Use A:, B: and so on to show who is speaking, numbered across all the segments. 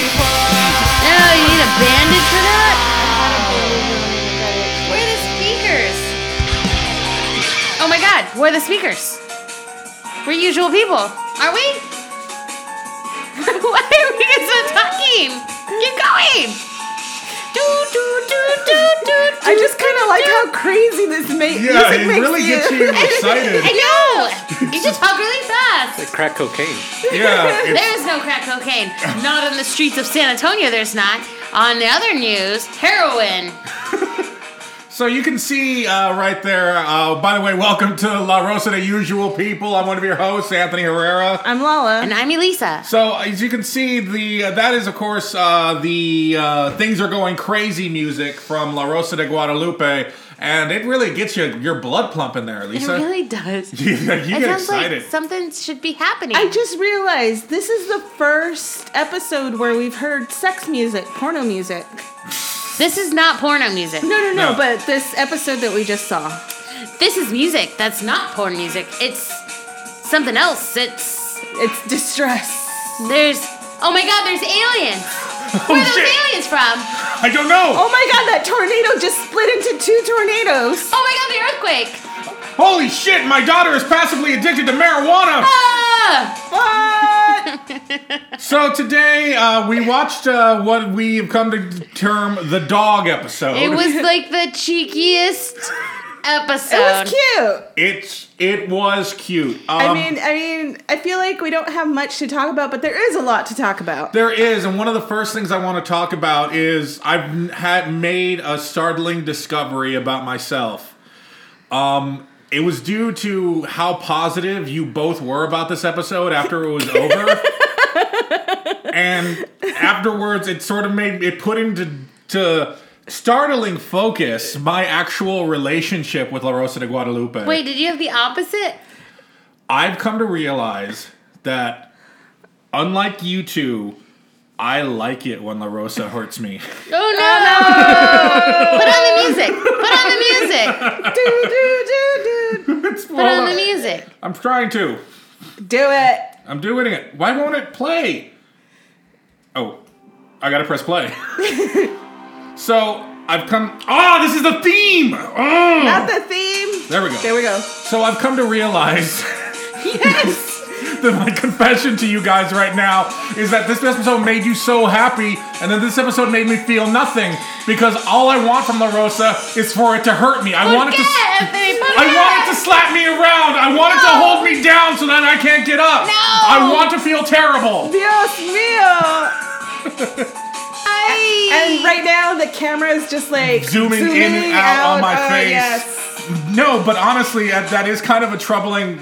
A: Oh, you need a bandage for that? Where are the speakers? Oh my god, where are the speakers? We're usual people, are we? Why are we so talking? Keep going! Do, do, do, do, do, do.
B: I just kind of like how crazy this ma-
C: Yeah,
B: music
C: it
B: makes
C: really
B: you.
C: gets you
A: I
C: excited.
A: know! You should talk really fast!
D: Like crack cocaine.
C: Yeah, it's-
A: There is no crack cocaine. Not on the streets of San Antonio, there's not. On the other news, heroin.
C: So you can see uh, right there. Uh, by the way, welcome to La Rosa de Usual People. I'm one of your hosts, Anthony Herrera.
B: I'm Lala.
A: And I'm Elisa.
C: So as you can see, the uh, that is of course uh, the uh, things are going crazy music from La Rosa de Guadalupe, and it really gets you your blood pumping there,
A: It
C: Lisa.
A: really does.
C: you
A: It
C: get
A: sounds
C: excited.
A: like something should be happening.
B: I just realized this is the first episode where we've heard sex music, porno music.
A: this is not porno music.
B: No, no, no,
C: No.
B: but this episode that we just saw.
A: This is music that's not porn music. It's something else. It's
B: It's distress.
A: there's oh my god, there's aliens.
C: Oh,
A: Where are those aliens from?
C: I don't know.
B: Oh my god, that tornado just split into two tornadoes.
A: Oh my god, the earthquake.
C: Holy shit! My daughter is passively addicted to marijuana.
A: Ah!
B: What?
C: so today uh, we watched uh, what we've come to term the dog episode.
A: It was like the cheekiest episode.
B: It was cute.
C: It's it was cute. Um,
B: I mean, I mean, I feel like we don't have much to talk about, but there is a lot to talk about.
C: there is, and one of the first things I want to talk about is I've had made a startling discovery about myself. Um, it was due to how positive you both were about this episode after it was over, and afterwards it sort of made it put into to startling focus my actual relationship with La Rosa de Guadalupe.
A: Wait, did you have the opposite?
C: I've come to realize that, unlike you two, I like it when La Rosa hurts me.
A: Oh no! Put on the music. Put on the music.
B: do, do, do, do.
C: It's-
A: Put
C: well,
A: on the music.
C: I'm trying to.
B: Do it.
C: I'm doing it. Why won't it play? Oh, I gotta press play. so I've come. Oh, this is the theme. Oh!
B: Not the theme.
C: there we go.
B: There we go.
C: so I've come to realize.
B: Yes.
C: that my confession to you guys right now is that this episode made you so happy, and then this episode made me feel nothing because all I want from La Rosa is for it to hurt me. I want it to.
A: Forget, Anthony,
C: I want it
A: forget.
C: to slap me around. I want it to
A: No.
C: hold me down so that I can't get up.
A: No.
C: I want to feel terrible.
B: Dios mío.
A: Ay.
B: And right now the camera is just like
C: Zooming in and
B: zooming
C: out on my
B: Oh,
C: face.
B: Yes.
C: No, but honestly, that that is kind of a troubling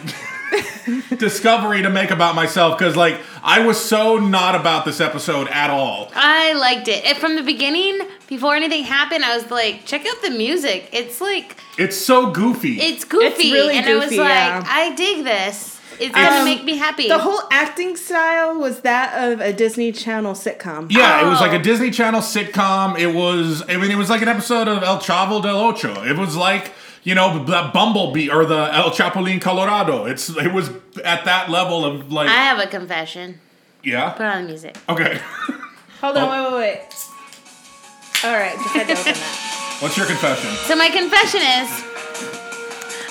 C: discovery to make about myself because, like, I was so not about this episode at all.
A: I liked it. it. From the beginning, before anything happened, I was like, check out the music. It's like,
C: It's so goofy.
A: it's goofy.
B: really
A: and I was
B: goofy,
A: like,
B: yeah.
A: I dig this. It's going to
B: Um,
A: make me happy.
B: The whole acting style was that of a Disney Channel sitcom.
C: Yeah, it was
A: Oh.
C: like a Disney Channel sitcom. It was, I mean, it was like an episode of El Chavo del Ocho. It was like, you know, the Bumblebee or the El Chapulín Colorado. It's, it was at that level of like,
A: I have a confession.
C: yeah,
A: Put on the music.
C: okay.
B: Hold on,
C: Oh.
B: wait, wait, wait. All right, just had to open that.
C: What's your confession?
A: So, my confession is.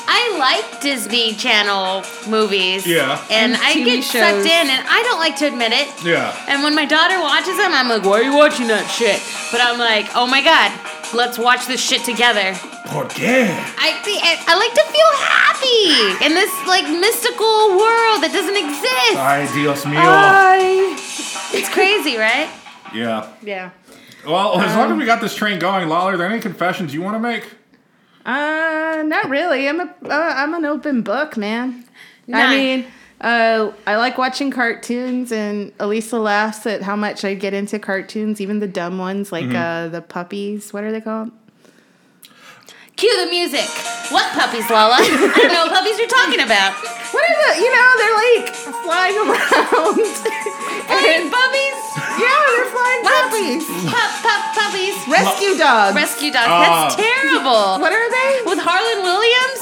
A: I like Disney Channel movies.
C: Yeah.
A: And,
B: And
A: I
B: TV
A: get sucked
B: shows.
A: in, and I don't like to admit it.
C: Yeah,
A: And when my daughter watches them, I'm like, why are you watching that shit? But I'm like, oh my god, let's watch this shit together.
C: por qué?
A: I see. I, I like to feel happy in this like mystical world that doesn't exist.
C: Ay, Dios mío.
B: Ah. Bye.
A: It's crazy, right?
C: yeah.
B: Yeah.
C: Well, as long as we got this train going, Lolly, are there any confessions you want to make?
B: Uh, not really. I'm a uh, I'm an open book, man.
A: Nice.
B: I mean, uh, I like watching cartoons, and Elisa laughs at how much I get into cartoons, even the dumb ones like
C: Mm-hmm.
B: uh, the puppies. What are they called?
A: Cue the music. What puppies, Lala? I don't know what puppies you're talking about.
B: What are the? You know, they're like flying around.
A: Flying
B: And-
A: puppies.
B: yeah, they're flying
A: What?
B: puppies.
A: Pup, pup, puppies.
B: Rescue dogs.
A: Rescue dogs. That's
C: Ah.
A: terrible.
B: what are they?
A: With Harlan Williams.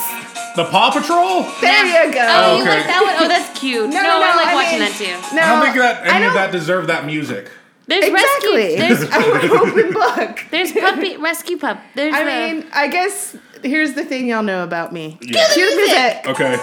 C: The Paw Patrol?
B: There
A: Yeah.
B: you go.
A: Oh, you
C: Okay.
A: like that one? Oh, that's cute. no, I like watching
B: mean,
A: that too.
B: No,
C: I don't think that
B: I
C: any of
B: don't-
C: that deserved that music.
A: There's rescue.
B: Exactly.
A: There's
B: I'm an open book.
A: there's puppy rescue pup. There's uh,
B: I
A: a-
B: mean, I guess here's the thing y'all know about me.
C: Yeah.
B: Cue the music.
C: Okay.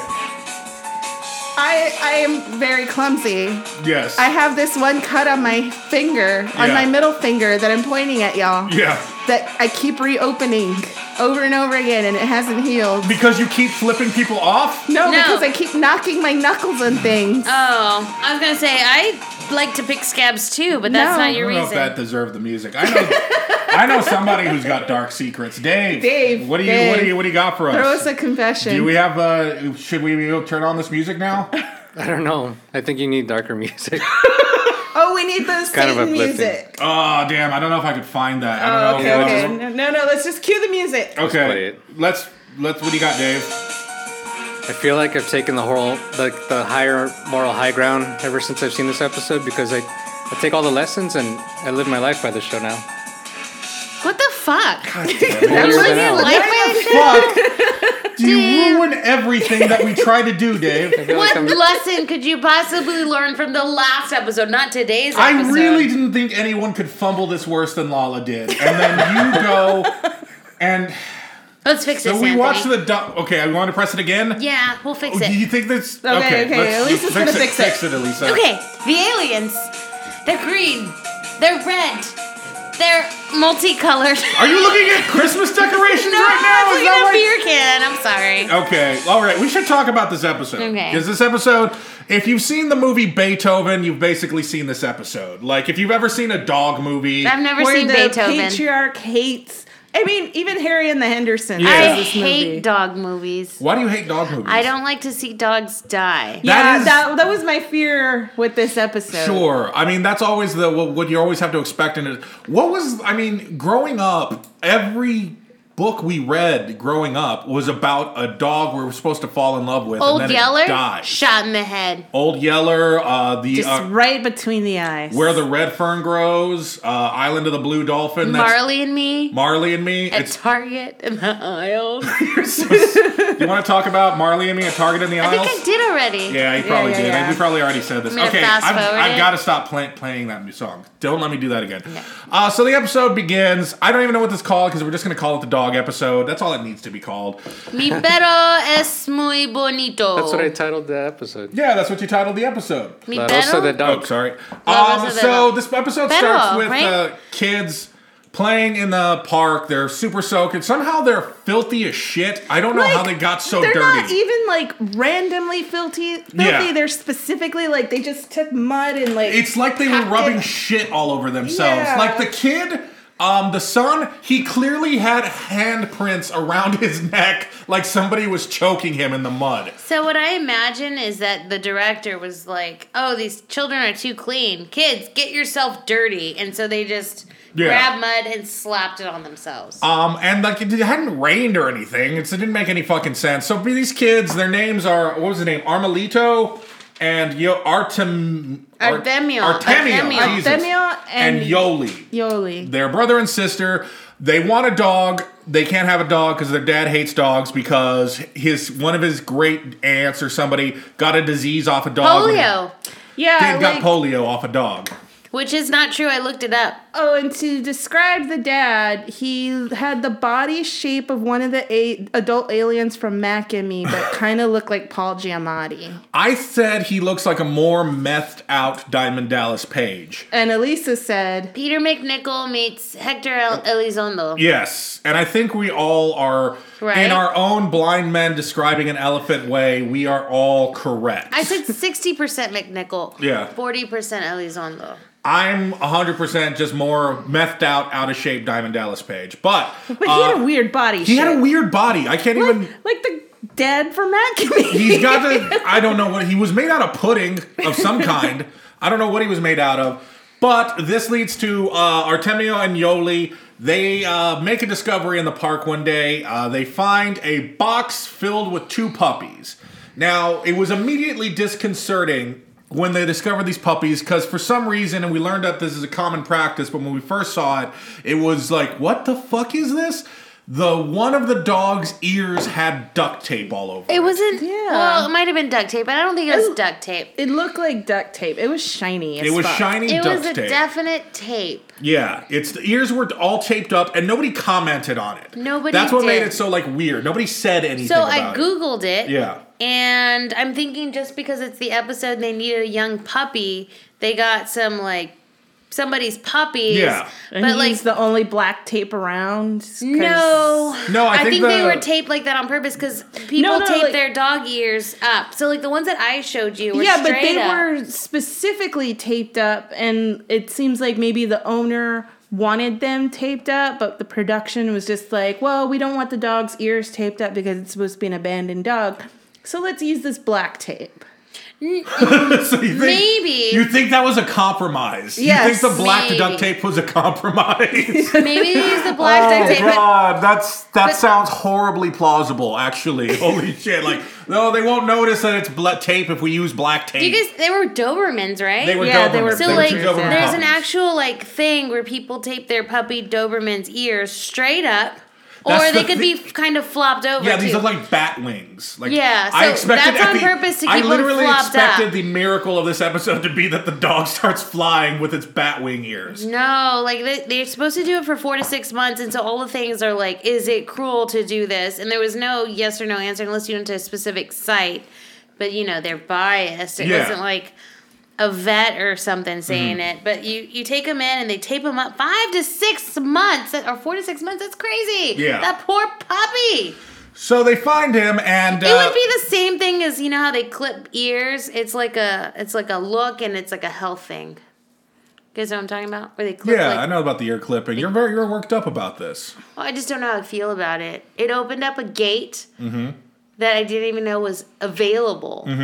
B: I, I am very clumsy.
C: Yes.
B: I have this one cut on my finger, on
C: Yeah.
B: my middle finger that I'm pointing at y'all
C: yeah.
B: that I keep reopening over and over again and it hasn't healed.
C: Because you keep flipping people off?
B: No,
A: No.
B: because I keep knocking my knuckles on things.
A: oh, I was gonna say I like to pick scabs too, but that's
B: No.
A: not
C: I
A: your
C: don't know if
A: reason.
C: that deserved the music. I know I know somebody who's got dark secrets. Dave.
B: Dave,
C: What do you what do
B: Dave.
C: you what do you got
A: Oh.
C: for us?
B: Throw us a confession.
C: do we have uh should we turn on this music now?
D: I don't know. I think you need darker music.
B: oh, we need the
D: kind of
B: Satan
D: uplifting.
B: music.
C: Oh damn, I don't know if I could find that. I
B: Oh,
C: don't
B: okay,
C: know. if
B: okay.
C: it was-
B: No, no, no, let's just cue the music.
D: play
C: Okay.
D: it.
C: Let's let's what do you got, Dave?
D: I feel like I've taken the whole, like the higher moral high ground ever since I've seen this episode because I, I take all the lessons and I live my life by the show now.
A: what the fuck?
D: Older
B: was
D: than
B: you,
D: Alex.
A: Like my-
C: Fuck. You ruin everything that we try to do, Dave.
D: I feel like
A: what
D: I'm-
A: lesson could you possibly learn from the last episode, not today's episode?
C: I really didn't think anyone could fumble this worse than Lala did. And then you go and
A: Let's fix
C: so
A: this.
C: we
A: Anthony.
C: watch the doc. Okay, I want to press it again.
A: Yeah, we'll fix
C: Do
A: it.
C: Oh, you think this?
B: Okay, okay, Elisa's
C: let's
B: gonna fix it.
C: Fix it, Elisa.
A: Okay, the aliens. They're green. They're red. They're multicolored.
C: Are you looking at Christmas decorations right now? Is that why-
A: I'm looking at a beer can. I'm sorry.
C: Okay, all right. We should talk about this episode.
A: Okay.
C: Because this episode, if you've seen the movie Beethoven, you've basically seen this episode. Like, if you've ever seen a dog movie,
A: I've never
B: Where
A: seen
B: the
A: Beethoven.
B: patriarch hates. I mean, even Harry and the Hendersons.
C: Yeah.
A: I
B: has this
A: hate
B: movie.
A: dog movies.
C: why do you hate dog movies?
A: I don't like to see dogs die.
B: Yeah,
C: That is-
B: that, that was my fear with this episode.
C: Sure. I mean, that's always the what, what you always have to expect in it. What was I mean, growing up, every book we read growing up was about a dog we were supposed to fall in love with.
A: Old
C: and then
A: Yeller
C: it dies.
A: shot in the head.
C: Old Yeller, uh, the
B: Just
C: uh,
B: right between the eyes.
C: where the red fern grows, uh, Island of the Blue Dolphin. That's
A: Marley and me
C: Marley and me.
A: at
C: It's
A: Target in the aisles. I
C: you want to talk about Marley and me at Target in the
A: think
C: aisles?
A: I did already.
C: Yeah, you probably
B: yeah,
C: did.
B: yeah.
C: We probably already said this.
A: I'm gonna
C: okay, I've,
A: fast forward
C: I've
A: it.
C: got to stop play, playing that new song. Don't let me do that again. Uh, so the episode begins. I don't even know what this called because we're just going to call it the dog episode. That's all it needs to be called.
A: Mi perro es muy bonito.
D: That's what I titled the episode.
C: Yeah, that's what you titled the episode.
A: Mi
D: But also
A: perro.
D: the
C: Oh,
D: dog.
C: sorry.
A: Rosa
C: Um,
A: de
C: so
A: Ro-
C: this episode
A: Pero,
C: starts with
A: right?
C: uh, kids playing in the park. They're super soaked. And somehow they're filthy as shit. I don't know how they
B: Like,
C: got so
B: they're
C: dirty.
B: not even like randomly filthy. filthy.
C: Yeah.
B: They're specifically like they just took mud and like.
C: It's like they were
B: Captain-
C: rubbing shit all over themselves.
B: Yeah.
C: Like the kid, um, the son, he clearly had handprints around his neck, like somebody was choking him in the mud.
A: So what I imagine is that the director was like, "Oh, these children are too clean. Kids, get yourself dirty." And so they just
C: Yeah.
A: grabbed mud and slapped it on themselves.
C: Um, and like it hadn't rained or anything, it's, it didn't make any fucking sense. So these kids, their names are what was the name? Armelito and Yo Artem Ar-
A: Artemio.
C: Artemio,
A: Artemio.
C: Jesus.
B: Artemio and-
C: and Yoli.
B: Yoli.
C: They're brother and sister. They want a dog. They can't have a dog because their dad hates dogs because his one of his great aunts or somebody got a disease off a dog. when-
A: Polio,
B: Yeah,
C: Did,
B: like,
C: got polio off a dog.
A: which is not true. I looked it up.
B: oh, and to describe the dad, he had the body shape of one of the eight adult aliens from Mac and Me, but kind of looked like Paul Giamatti.
C: I said he looks like a more methed out Diamond Dallas Page.
B: And Elisa said,
A: Peter McNichol meets Hector El- Elizondo.
C: Yes, and I think we all are in
A: Right?
C: our own blind men describing an elephant way. We are all correct.
A: I said 60% McNichol.
C: Yeah.
A: 40% Elizondo.
C: I'm 100% just more methed out, out of shape Diamond Dallas Page. But uh,
B: but he had a weird body shape.
C: He had a weird body. I can't even.
B: like the dad from Mac and Me.
C: He's got the. I don't know what he was made out of. Pudding of some kind. I don't know what he was made out of. But this leads to uh, Artemio and Yoli. They uh, make a discovery in the park one day. Uh, they find a box filled with two puppies. Now it was immediately disconcerting when they discovered these puppies because for some reason, and we learned that this is a common practice. But when we first saw it, it was like, what the fuck is this? The one of the dog's ears had duct tape all over.
A: It wasn't.
B: Yeah.
A: Well, it might have been duct tape, but I don't think it was
B: Ooh.
A: duct tape.
B: It looked like duct tape. It was shiny. As
C: It was
B: fuck.
C: shiny
A: It
C: duct
A: was a
C: tape.
A: definite tape.
C: yeah, it's the ears were all taped up, and nobody commented on it.
A: Nobody
C: That's what made
A: did.
C: it so like weird. Nobody said anything.
A: So I
C: about it.
A: googled it.
C: Yeah.
A: And I'm thinking just because it's the episode and they needed a young puppy, they got some like somebody's puppies.
C: Yeah.
B: And
A: but like
B: he's the only black tape around. 'cause-
A: no,
C: No, I think
A: they
C: the-
A: were taped like that on purpose because people
B: No, no,
A: tape
B: like-
A: their dog ears up. So like the ones that I showed you were
B: Yeah, but
A: straight
B: they
A: up.
B: were specifically taped up, and it seems like maybe the owner wanted them taped up, but the production was just like, well, we don't want the dog's ears taped up because it's supposed to be an abandoned dog. So let's use this black tape.
C: So you think-
A: Maybe.
C: you think that was a compromise. you
B: Yes,
C: think the black
A: maybe.
C: duct tape was a compromise.
A: Maybe they used the black duct
C: Oh,
A: tape. but-
C: god, that's that
A: but-
C: sounds horribly plausible. Actually, holy shit! Like, no, they won't notice that it's bla- tape if we use black tape.
A: Do you guys? They were Dobermans, right?
C: they were
B: Yeah, they
C: Dobermans.
B: were
C: They
A: So
C: were
A: like,
C: two
A: there's
C: Doberman
A: an
C: puppies.
A: actual like thing where people tape their puppy Doberman's ears straight up, or
C: That's
A: they
C: the
A: could
C: thi-
A: be kind of flopped over.
C: Yeah, these
A: too.
C: look like bat wings. Like
A: Yeah, so that's
C: at
A: on purpose to
C: I
A: keep 'em
C: literally
A: flopped
C: expected
A: up.
C: the miracle of this episode to be that the dog starts flying with its bat wing ears.
A: No, like they, they're supposed to do it for four to six months, and so all the things are like, is it cruel to do this? And there was no yes or no answer unless you went to a specific site. But you know, they're biased. It
C: Yeah. Mm-hmm.
A: wasn't like a vet or something saying it. But you you take them in and they tape them up five to six months that- or four to six months. That's crazy.
C: Yeah.
A: that poor puppy.
C: So they find him, and uh,
A: it would be the same thing as you know how they clip ears. It's like a it's like a look and it's like a health thing. You guys know what I'm talking about? Where they clip
C: yeah,
A: like,
C: I know about the ear clipping. You're very you're worked up about this.
A: Well, I just don't know how I feel about it. It opened up a gate that I didn't even know was available. Like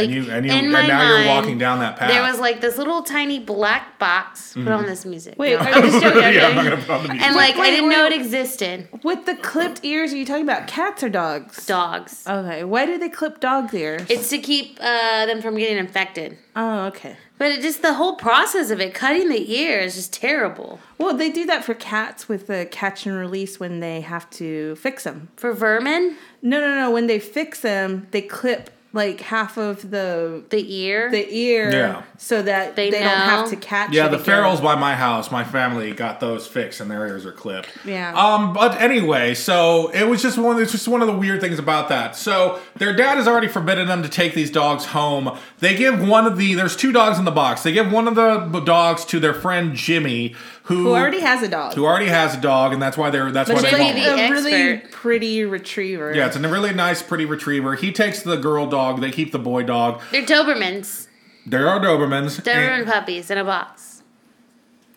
C: Mm-hmm. and you and, you,
A: in
C: and
A: my
C: now
A: mind,
C: you're walking down that path. Mm-hmm.
A: There was like this little tiny black box. Put on this music.
B: Wait,
A: No, I'm just joking.
C: yeah, I'm not gonna put on the music.
A: and like I
B: Wait,
A: didn't
B: wait,
A: know it
B: wait.
A: existed.
B: With the clipped ears, are you talking about cats or dogs?
A: Dogs.
B: Okay, why do they clip dog ears?
A: It's to keep uh, them from getting infected.
B: oh, okay.
A: But it just the whole process of it, cutting the ear, is just terrible
B: Well, they do that for cats with the catch and release when they have to fix them.
A: for vermin.
B: No, no, no. When they fix them, they clip like half of the
A: The ear.
B: the ear
C: Yeah.
B: so that
A: They
B: they, don't have
A: know.
B: to catch.
C: yeah,
B: it
C: the
B: again.
C: ferals by my house, my family got those fixed, and their ears are clipped.
B: Yeah.
C: Um, but anyway, so it was just one. It's just one of the weird things about that. So their dad has already forbidden them to take these dogs home. They give one of the. There's two dogs in the box. They give one of the dogs to their friend Jimmy, who,
B: Who already has a dog?
C: who already has a dog, and that's why they're. That's why
B: but
C: they
A: Jimmy
C: want.
A: the
B: it's
C: one.
B: a really
A: expert.
B: pretty retriever.
C: Yeah, it's a really nice, pretty retriever. He takes the girl dog. They keep the boy dog.
A: They're Dobermans.
C: There are Dobermans.
A: Doberman
C: and-
A: puppies in a box.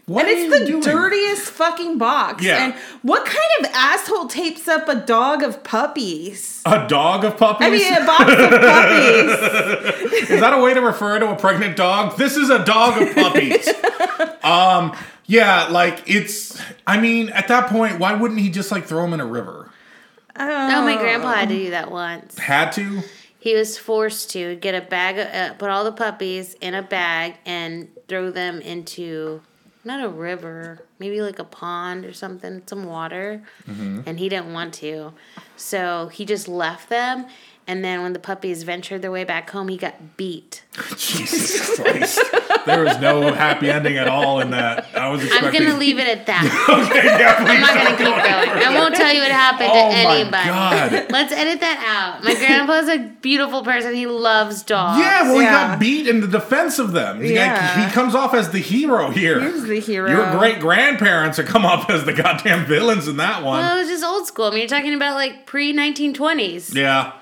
C: What
B: And
C: are
B: it's the
C: you doing?
B: dirtiest fucking box.
C: Yeah.
B: And what kind of asshole tapes up a dog of puppies?
C: A dog of puppies.
B: I mean, a box of puppies.
C: Is that a way to refer to a pregnant dog? This is a dog of puppies. um, yeah, like it's. I mean, at that point, why wouldn't he just like throw him in a river?
A: Oh, my grandpa had to do that once.
C: Had to.
A: He was forced to get a bag, of, uh, put all the puppies in a bag and throw them into not a river, maybe like a pond or something, some water.
C: Mm-hmm.
A: And he didn't want to. So he just left them. And then when the puppies ventured their way back home, he got beat.
C: Jesus Christ! There was no happy ending at all in that. I was
A: I'm
C: expecting.
A: going to leave it at that.
C: Okay, yeah,
A: I'm
C: please.
A: not going to keep going. I won't tell you what happened
C: Oh
A: to
C: my
A: anybody.
C: God.
A: Let's edit that out. My grandpa's a beautiful person. He loves dogs.
C: Yeah, well, he
B: Yeah.
C: got beat in the defense of them. He,
B: Yeah.
C: he comes off as the hero here.
B: He's the hero.
C: Your great grandparents are come off as the goddamn villains in that one.
A: Well, it was just old school. I mean, you're talking about like pre 1920s.
C: yeah.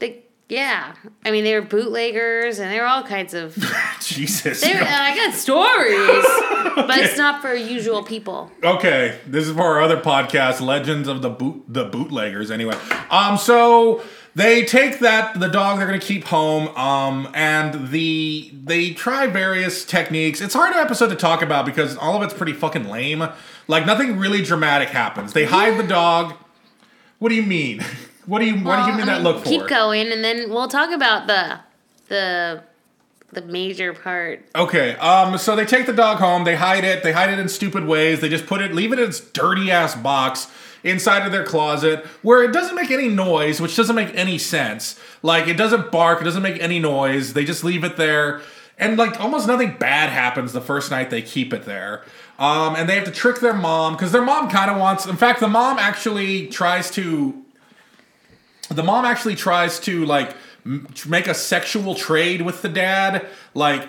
A: Like, yeah. I mean, they were bootleggers and they were all kinds of.
C: Jesus.
A: They were, and I got stories, but it's not for usual people.
C: Okay, this is for our other podcast, Legends of the Boot the Bootleggers. Anyway, um, so they take that the dog they're gonna keep home, um, and the they try various techniques. It's hard episode to talk about because all of it's pretty fucking lame. Like nothing really dramatic happens. They hide the dog. What do you mean? What do you what do you
A: Well,
C: mean
A: I
C: that
A: mean,
C: look for?
A: Keep going, and then we'll talk about the the the major part.
C: Okay, um, so they take the dog home, they hide it, they hide it in stupid ways, they just put it, leave it in its dirty ass box inside of their closet where it doesn't make any noise, which doesn't make any sense. Like, it doesn't bark, it doesn't make any noise, they just leave it there, and like almost nothing bad happens the first night they keep it there. Um, and they have to trick their mom because their mom kind of wants, in fact, the mom actually tries to the mom actually tries to like m- make a sexual trade with the dad like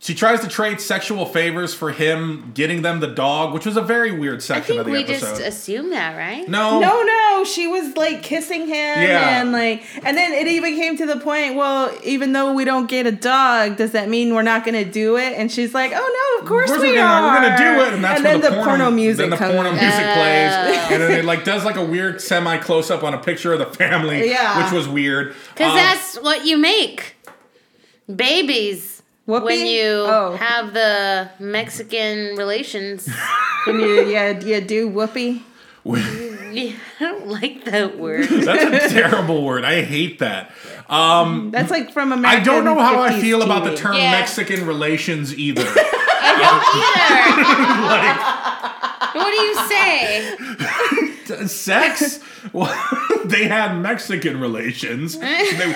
C: she tries to trade sexual favors for him getting them the dog which was a very weird
A: I
C: section
A: think
C: of the
A: we
C: episode
A: just assume that, right?
C: no
B: uh, No, no, she was like kissing him
C: Oh. Yeah.
B: and like, and then it even came to the point. Well, even though we don't get a dog, does that mean we're not going to do it? And she's like, Oh no, of course
C: Of course
B: we
C: we're
B: are.
C: gonna, we're gonna do it, and that's
B: then
C: where
B: the porno music
C: Then the
B: comes.
C: porno
B: in.
C: music plays,
A: Oh.
C: and then it like does like a weird semi close up on a picture of the family,
B: Yeah.
C: which was weird.
A: Because
C: Um,
A: that's what you make babies
B: Whoopee?
A: when you
B: Oh.
A: have the Mexican relations.
B: When you yeah yeah do whoopee.
A: I don't like that word.
C: that's a terrible word. I hate that. Um,
B: That's like from
C: I
B: American.
C: don't know how I
B: 50s
C: feel about the
B: TV.
C: term
A: Yeah.
C: Mexican relations either.
A: Either. what do you say?
C: Sex? Well, they had Mexican relations. They-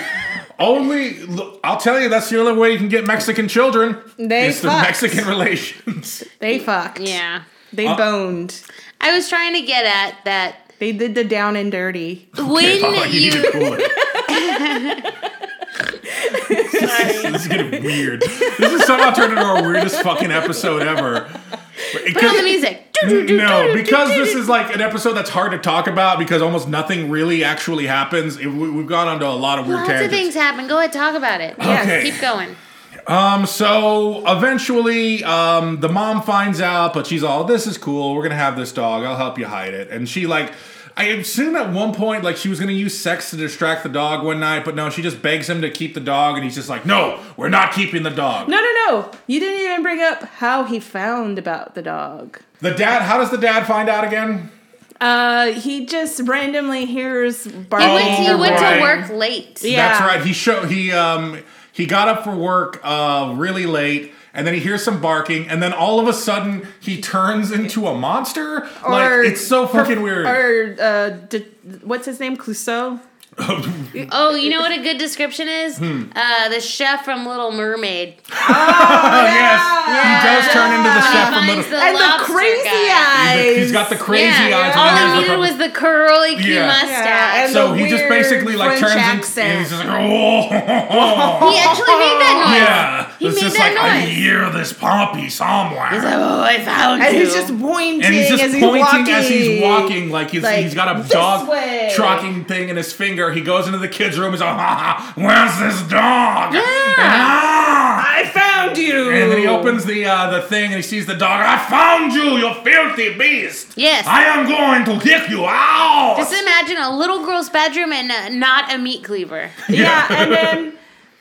C: only, look, I'll tell you, that's the only way you can get Mexican children.
B: They
C: is through
B: fucked.
C: Mexican relations.
B: They fucked.
A: Yeah.
B: They
C: Uh,
B: boned.
A: I was trying to get at that
B: They did the down and dirty.
A: when
C: Paula,
A: you,
C: need to cool it. this is getting weird. This is somehow turned into our weirdest fucking episode ever.
A: put on the music.
C: No, because this is like an episode that's hard to talk about because almost nothing really actually happens. It- we, have gone onto a lot of weird
A: Lots of
C: tangents.
A: things happen. Go ahead, talk about it.
B: Yes.
C: Okay.
A: Keep going.
C: Um, so eventually, um, the mom finds out, but she's all, "This is cool. We're gonna have this dog. I'll help you hide it." And she like, I assume at one point like she was gonna use sex to distract the dog one night, but no, she just begs him to keep the dog, and he's just like, "No, we're not keeping the dog."
B: No, no, no. You didn't even bring up how he found about the dog.
C: The dad. How does the dad find out again?
B: Uh, he just randomly hears
A: He
B: barking.
A: went, he
B: or
A: went
C: right.
A: to
B: whatever.
A: work late.
B: Yeah.
C: That's right. He show he um he got up for work uh really late. And then he hears some barking, and then all of a sudden he turns into a monster.
B: Or-
C: like it's so fucking weird.
B: Or uh, d- what's his name? Clouseau.
A: Oh, you know what a good description is?
C: Hmm.
A: Uh, the chef from Little Mermaid.
C: Oh, yes. He does turn into the chef from
A: Finds
C: Little.
A: the
B: And the
A: lobster
B: crazy
A: guy.
B: eyes.
C: He's got the crazy eyes. when he
A: Yeah, all
C: hears
A: he
C: the
A: needed
C: pub-
A: was the curly cute
C: Yeah.
A: mustache.
B: Yeah, and
C: so
B: the
C: he just
B: weird
C: basically like turns
B: French
C: in,
B: accent.
C: and he's just like, oh,
A: he actually made that noise.
C: yeah.
A: he
C: it's
A: made
C: just
A: that
C: like I
A: noise.
C: hear this puppy somewhere.
A: Oh, I found
B: and
A: you.
B: he's just pointing
C: and he's just
B: as he's
C: pointing
B: walking.
C: as he's walking, like he's,
B: Like,
C: he's got a
B: "This
C: dog
B: way."
C: tracking thing in his finger. He goes into the kids' room. He's like, ha, ha, "Where's this dog?"
A: Yeah.
C: Ah!
B: I found you.
C: And then he opens the uh, the thing and he sees the dog. I found you, you filthy beast.
A: Yes.
C: I am going to kick you out.
A: Just imagine a little girl's bedroom and uh, not a meat cleaver.
B: Yeah, and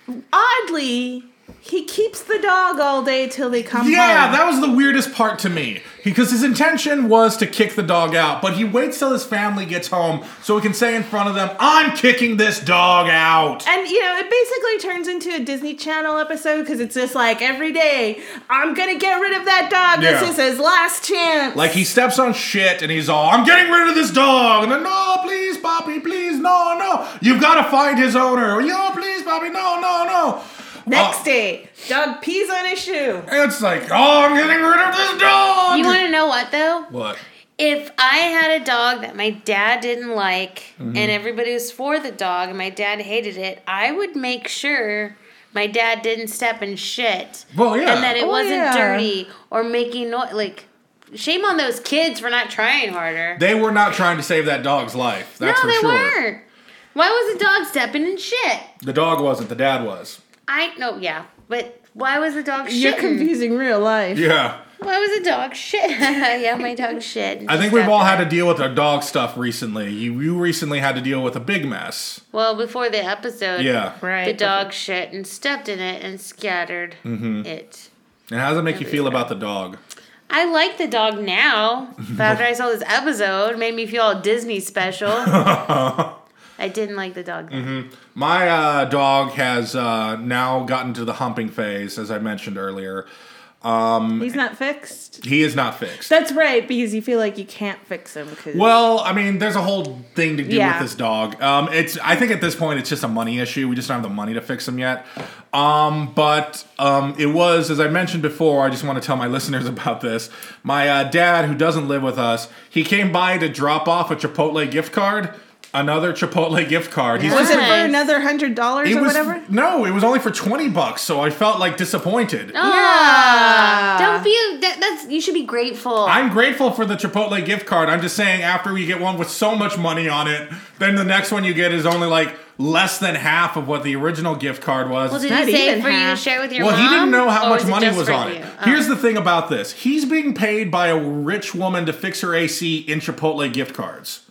B: then oddly, he keeps the dog all day till they come
C: yeah,
B: home.
C: that was the weirdest part to me because his intention was to kick the dog out, but he waits till his family gets home so he can say in front of them, "I'm kicking this dog out."
B: And you know, it basically turns into a Disney Channel episode because it's just like every day, I'm gonna get rid of that dog.
C: Yeah.
B: This is his last chance.
C: Like he steps on shit and he's all, "I'm getting rid of this dog," and then, "No, please, Poppy, please, no, no, you've got to find his owner." Yo, please, Poppy, no, no, no.
B: next
C: Uh,
B: day, dog pees on his shoe.
C: It's like, oh, I'm getting rid of this dog.
A: You want to know what though?
C: what?
A: If I had a dog that my dad didn't like
C: Mm-hmm.
A: and everybody was for the dog and my dad hated it, I would make sure my dad didn't step in shit.
C: Well, yeah.
A: And that it
B: Oh,
A: wasn't
B: yeah.
A: dirty or making noise. Like, shame on those kids for not trying harder.
C: They were not trying to save that dog's life. That's
A: no,
C: for
A: they
C: sure.
A: weren't. Why was the dog stepping in shit?
C: The dog wasn't. The dad was.
A: I no, yeah, but why was the dog shitting?
B: You're confusing real life.
C: Yeah.
A: Why was the dog shit? yeah, my dog shit.
C: I think we've all had to deal with our dog stuff recently. You you recently had to deal with a big mess.
A: Well, before the episode,
C: Yeah.
B: Right.
A: the dog shit and stepped in it and scattered
C: Mm-hmm.
A: it.
C: And how does it make you feel about the dog?
A: I like the dog now, but after I saw this episode, it made me feel all Disney special. I didn't like the dog.
C: Mm-hmm. My uh, dog has uh, now gotten to the humping phase, as I mentioned earlier.
B: He's not fixed.
C: He is not fixed.
B: That's right, because you feel like you can't fix him. Cause
C: Well, I mean, there's a whole thing to do
B: Yeah.
C: with this dog. Um, it's I think at this point it's just a money issue. We just don't have the money to fix him yet. Um, but um, it was, as I mentioned before, I just want to tell my listeners about this. My uh, dad, who doesn't live with us, he came by to drop off a Chipotle gift card. Another Chipotle gift card. He's
B: was it for
A: Nice.
B: another hundred dollars
C: it
B: or
C: was
B: whatever?
C: no, it was only for twenty bucks, so I felt like disappointed.
A: Ah, Don't be. That, that's you should be grateful.
C: I'm grateful for the Chipotle gift card. I'm just saying, after you get one with so much money on it, then the next one you get is only like less than half of what the original gift card was.
A: well, did
B: Not
A: he say
B: even
A: for you to
B: half.
A: share with your
C: Well,
A: mom?
C: he didn't know how
A: or
C: much
A: is it
C: money
A: just
C: was
A: for
C: on
A: you?
C: it.
A: Oh.
C: Here's the thing about this he's being paid by a rich woman to fix her AC in Chipotle gift cards.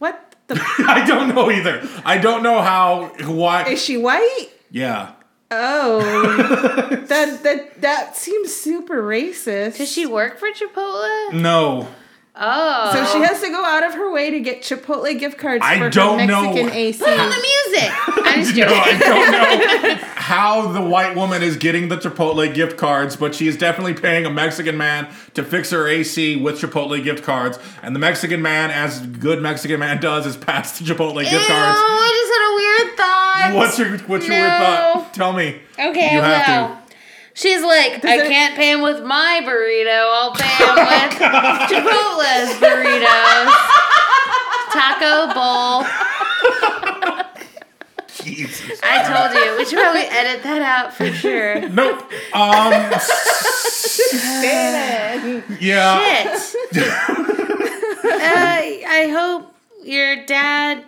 B: What the
C: I don't know either. I don't know how, why.
B: is she white?
C: Yeah.
B: Oh, that that that seems super racist.
A: Does she work for Chipotle?
C: No.
A: Oh.
B: So she has to go out of her way to get Chipotle gift cards
C: I
B: for
C: don't
B: her
C: know.
B: Mexican AC.
A: Put on the music. I'm just
C: No,
A: joking.
C: I don't know how the white woman is getting the Chipotle gift cards, but she is definitely paying a Mexican man to fix her AC with Chipotle gift cards. And the Mexican man, as good Mexican man does, is passed the Chipotle
A: Ew,
C: gift cards.
A: I just had a weird thought.
C: What's your what's your
A: No.
C: thought? Tell me.
A: Okay,
C: You have
A: well. She's like, I
B: it-
A: can't pay him with my burrito. I'll pay him with Chipotle's burritos. Taco bowl.
C: to. Jesus.
A: I told you. We should probably edit that out for sure. Shit.
C: Nope. Um. yeah.
A: uh, I hope your dad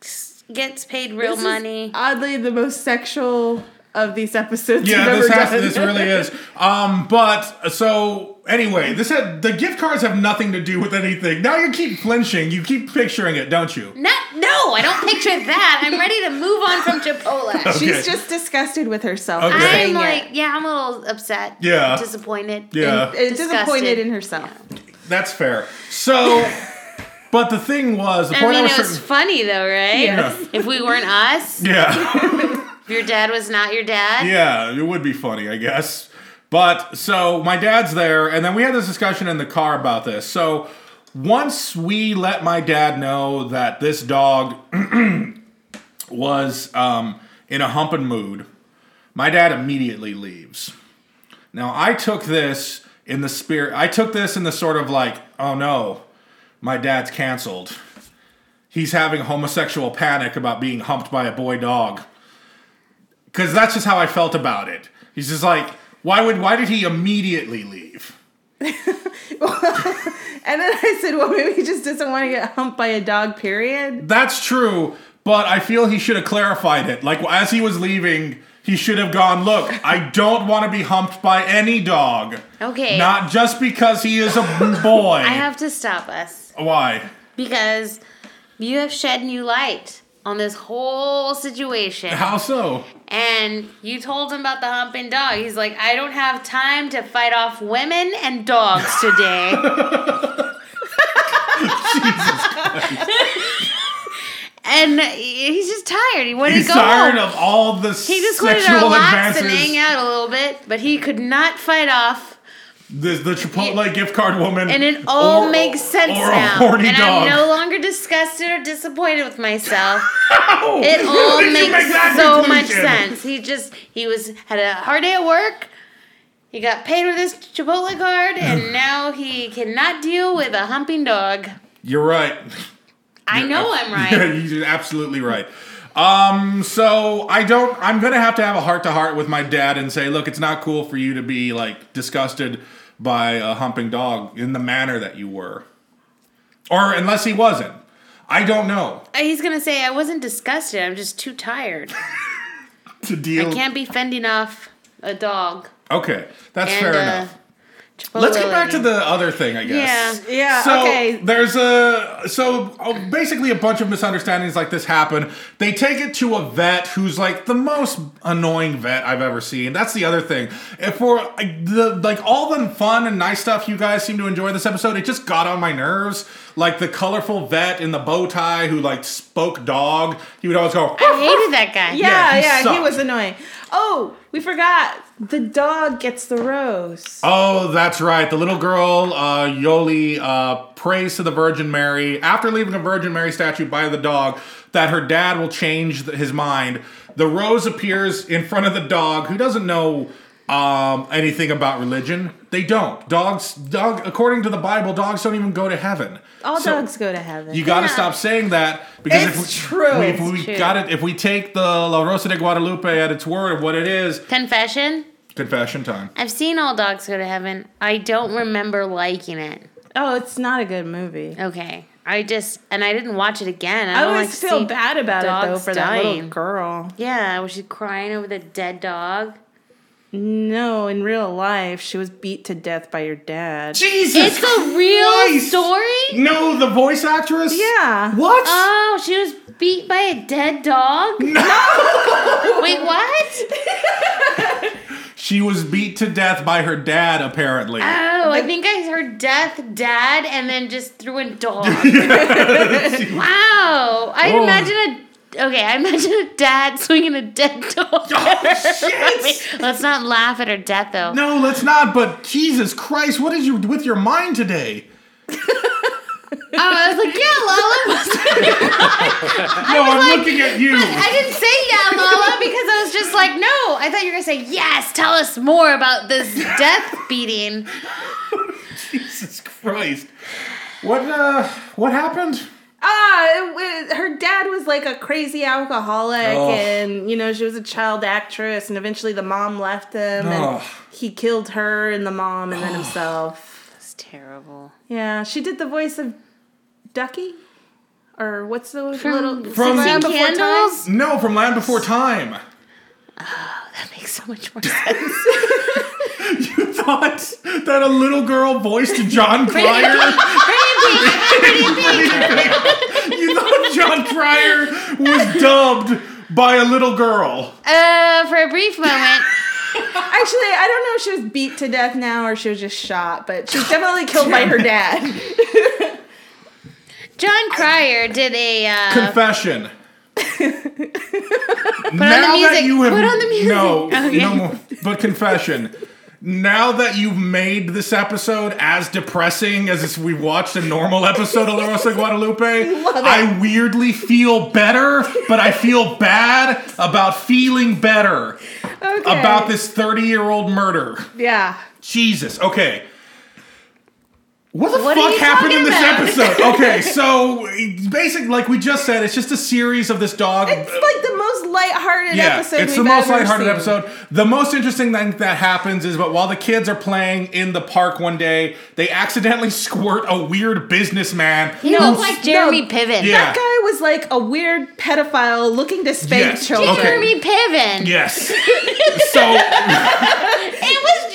A: s- gets paid real
B: This is
A: money.
B: Oddly, the most sexual of these episodes. we've
C: Yeah,
B: ever
C: this has
B: done.
C: this really is. Um, but so anyway, this had the gift cards have nothing to do with anything. Now you keep flinching, you keep picturing it, don't you?
A: Not, no, I don't picture that. I'm ready to move on from Chipotle.
C: Okay.
B: She's just disgusted with herself.
C: Okay.
B: for saying
A: I'm
B: it.
A: like, yeah, I'm a little upset.
C: Yeah.
A: Disappointed.
C: Yeah.
B: And- and
A: Disgusted.
B: disappointed in herself.
C: That's fair. So, but the thing was, the
A: I
C: point I
A: mean,
C: was
A: it was
C: trying.
A: funny though, right?
B: Yeah.
A: If we weren't us,
C: Yeah,
A: if your dad was not your dad.
C: yeah, it would be funny, I guess. But so my dad's there, and then we had this discussion in the car about this. So once we let my dad know that this dog was um, in a humping mood, my dad immediately leaves. Now I took this in the spirit. I took this in the sort of like, oh no, my dad's canceled. He's having homosexual panic about being humped by a boy dog. Cause that's just how I felt about it. He's just like, why would why did he immediately leave?
B: And then I said, well, maybe he just doesn't want to get humped by a dog, period.
C: That's true, but I feel he should have clarified it. Like as he was leaving, he should have gone, look, I don't want to be humped by any dog.
A: Okay.
C: Not just because he is a boy.
A: I have to stop us
C: why?
A: because you have shed new light on this whole situation.
C: How so?
A: and you told him about the humping dog. He's like, I don't have time to fight off women and dogs today. and he's just tired. He wanted
C: He's
A: to go
C: tired
A: home.
C: of all the
A: he just wanted to
C: sexual
A: relax and hang
C: advances.
A: out a little bit, but he could not fight off.
C: The, the Chipotle gift card woman.
A: And it all
C: or-
A: makes sense
C: or a
A: now.
C: horny
A: And
C: dog.
A: I'm no longer disgusted or disappointed with myself.
C: Ow!
A: It
C: How did Oh,
A: all
C: you
A: makes
C: make that
A: so much
C: conclusion?
A: sense. He just he was had a hard day at work. He got paid with his Chipotle card, and now he cannot deal with a humping dog.
C: You're right.
A: I know I'm
C: Yeah,
A: right.
C: You're absolutely right. Um, so I don't. I'm gonna have to have a heart to heart with my dad and say, look, it's not cool for you to be like disgusted by a humping dog in the manner that you were, or unless he wasn't. I don't know
A: He's gonna say I wasn't disgusted. I'm just too tired.
C: to deal.
A: Can't be fending off a dog
C: Okay, that's
A: and
C: fair
A: uh, a
C: enough. Let's get back to the other thing, I guess.
B: Yeah, yeah,
C: So
B: okay.
C: there's a so uh, basically a bunch of misunderstandings like this happen. They take it to a vet who's like the most annoying vet I've ever seen. That's the other thing. If for like, the like all the fun and nice stuff you guys seem to enjoy this episode, it just got on my nerves. Like the colorful vet in the bow tie who like spoke dog. He would always go.
A: I hated that guy.
B: Yeah,
C: Yeah, he
B: yeah, he,
C: sucked.
B: was annoying. Oh, we forgot. The dog gets the rose.
C: Oh, that's right. The little girl, uh, Yoli, uh, prays to the Virgin Mary after leaving a Virgin Mary statue by the dog that her dad will change th- his mind. The rose appears in front of the dog, who doesn't know um, anything about religion. They don't. Dogs, dog, according to the Bible, dogs don't even go to heaven.
B: All
C: So-
B: dogs go to heaven.
C: you got to
A: Yeah.
C: stop saying that because
B: It's
C: if we,
B: true.
C: we- if
B: It's
C: we
A: true.
C: got it, if we take the La Rosa de Guadalupe at its word of what it is,
A: Confession.
C: confession time.
A: I've seen All Dogs Go to Heaven. I don't remember liking it.
B: oh, it's not a good movie.
A: Okay. I just and I didn't watch it again. I,
B: I
A: don't
B: always
A: like to
B: feel
A: see
B: bad about it though
A: dogs
B: for that little
A: dying.
B: girl.
A: Yeah, was she crying over the dead dog?
B: No, in real life, she was beat to death by your dad.
C: Jesus,
A: It's a real
C: Christ!
A: story.
C: No, the voice actress?
B: Yeah.
C: What?
A: Oh, she was beat by a dead dog. No. Wait, what?
C: she was beat to death by her dad, apparently.
A: Oh, I think I heard death, dad, and then just threw in dog. wow. I
C: Oh.
A: imagine a. Okay, I imagine a dad swinging a dead dog.
C: Oh, shit!
A: Let's not laugh at her death, though.
C: No, let's not, but Jesus Christ, what is you with your mind today?
A: Oh, I was like, yeah, Lala.
C: No, I'm looking at you.
A: I didn't say yeah, Lala, because I was just like, no. I thought you were going to say, yes, tell us more about this death beating.
C: Jesus Christ. What uh what happened?
B: Ah, it was, her dad was like a crazy alcoholic,
C: Ugh.
B: and you know she was a child actress, and eventually the mom left him,
C: Ugh.
B: and he killed her and the mom, and then himself.
A: It's terrible.
B: Yeah, she did the voice of Ducky, or what's the
A: From
B: little
C: From-
B: Land
A: Sixteen
B: Before Time?
A: Candles?
C: No, from Land Before Time.
A: That makes so much more sense.
C: You thought that a little girl voiced John Cryer? you thought John Cryer was dubbed by a little girl.
A: uh, for a brief moment.
B: Actually, I don't know if she was beat to death now or she was just shot, but she was definitely killed by her dad.
A: John Cryer did a uh,
C: Confession. now
A: music. Put on the music.
C: no,
A: Okay.
C: no more. But confession. Now that you've made this episode as depressing as if we watched a normal episode of La Rosa Guadalupe, I weirdly feel better, but I feel bad about feeling better
B: Okay.
C: about this 30 year old murder.
B: Yeah.
C: Jesus. Okay. What the
A: What are
C: fuck
A: you
C: happened in this
A: talking
C: episode? Okay, so basically, like we just said, it's just a series of this dog. uh,
B: It's like the most lighthearted
C: yeah,
B: episode
C: it's the
B: we've
C: most
B: ever
C: lighthearted
B: seen.
C: episode. The most interesting thing that happens is, but while the kids are playing in the park one day, they accidentally squirt a weird businessman.
A: he
B: No,
A: looked like Jeremy Piven.
C: Yeah.
B: That guy was like a weird pedophile looking to spank
C: Yes.
B: children.
C: Okay.
A: Jeremy Piven.
C: Yes. so
A: It was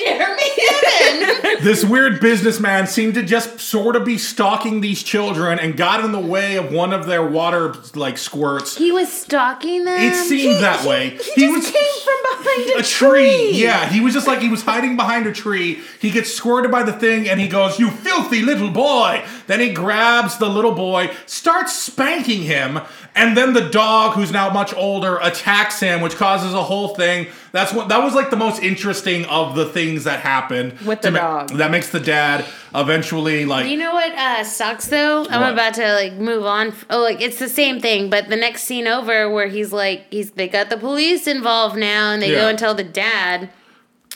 A: Jeremy Piven.
C: this weird businessman seemed to just sort of be stalking these children and got in the way of one of their water like squirts.
A: he was stalking them.
C: It seemed that way.
B: He, just came from behind a,
C: a tree. Yeah, he was just like he was hiding behind a tree. He gets squirted by the thing, and he goes, "You filthy little boy!" Then he grabs the little boy, starts spanking him, and then the dog, who's now much older, attacks him, which causes a whole thing. That's what that was like the most interesting of the things that happened
B: With the
C: To ma-
B: dog.
C: That makes the dad eventually like
A: You know what uh, sucks though?
C: What?
A: I'm about to like move on. Oh, like it's the same thing, but the next scene over where he's like, he's they got the police involved now, and they
C: Yeah.
A: go and tell the dad.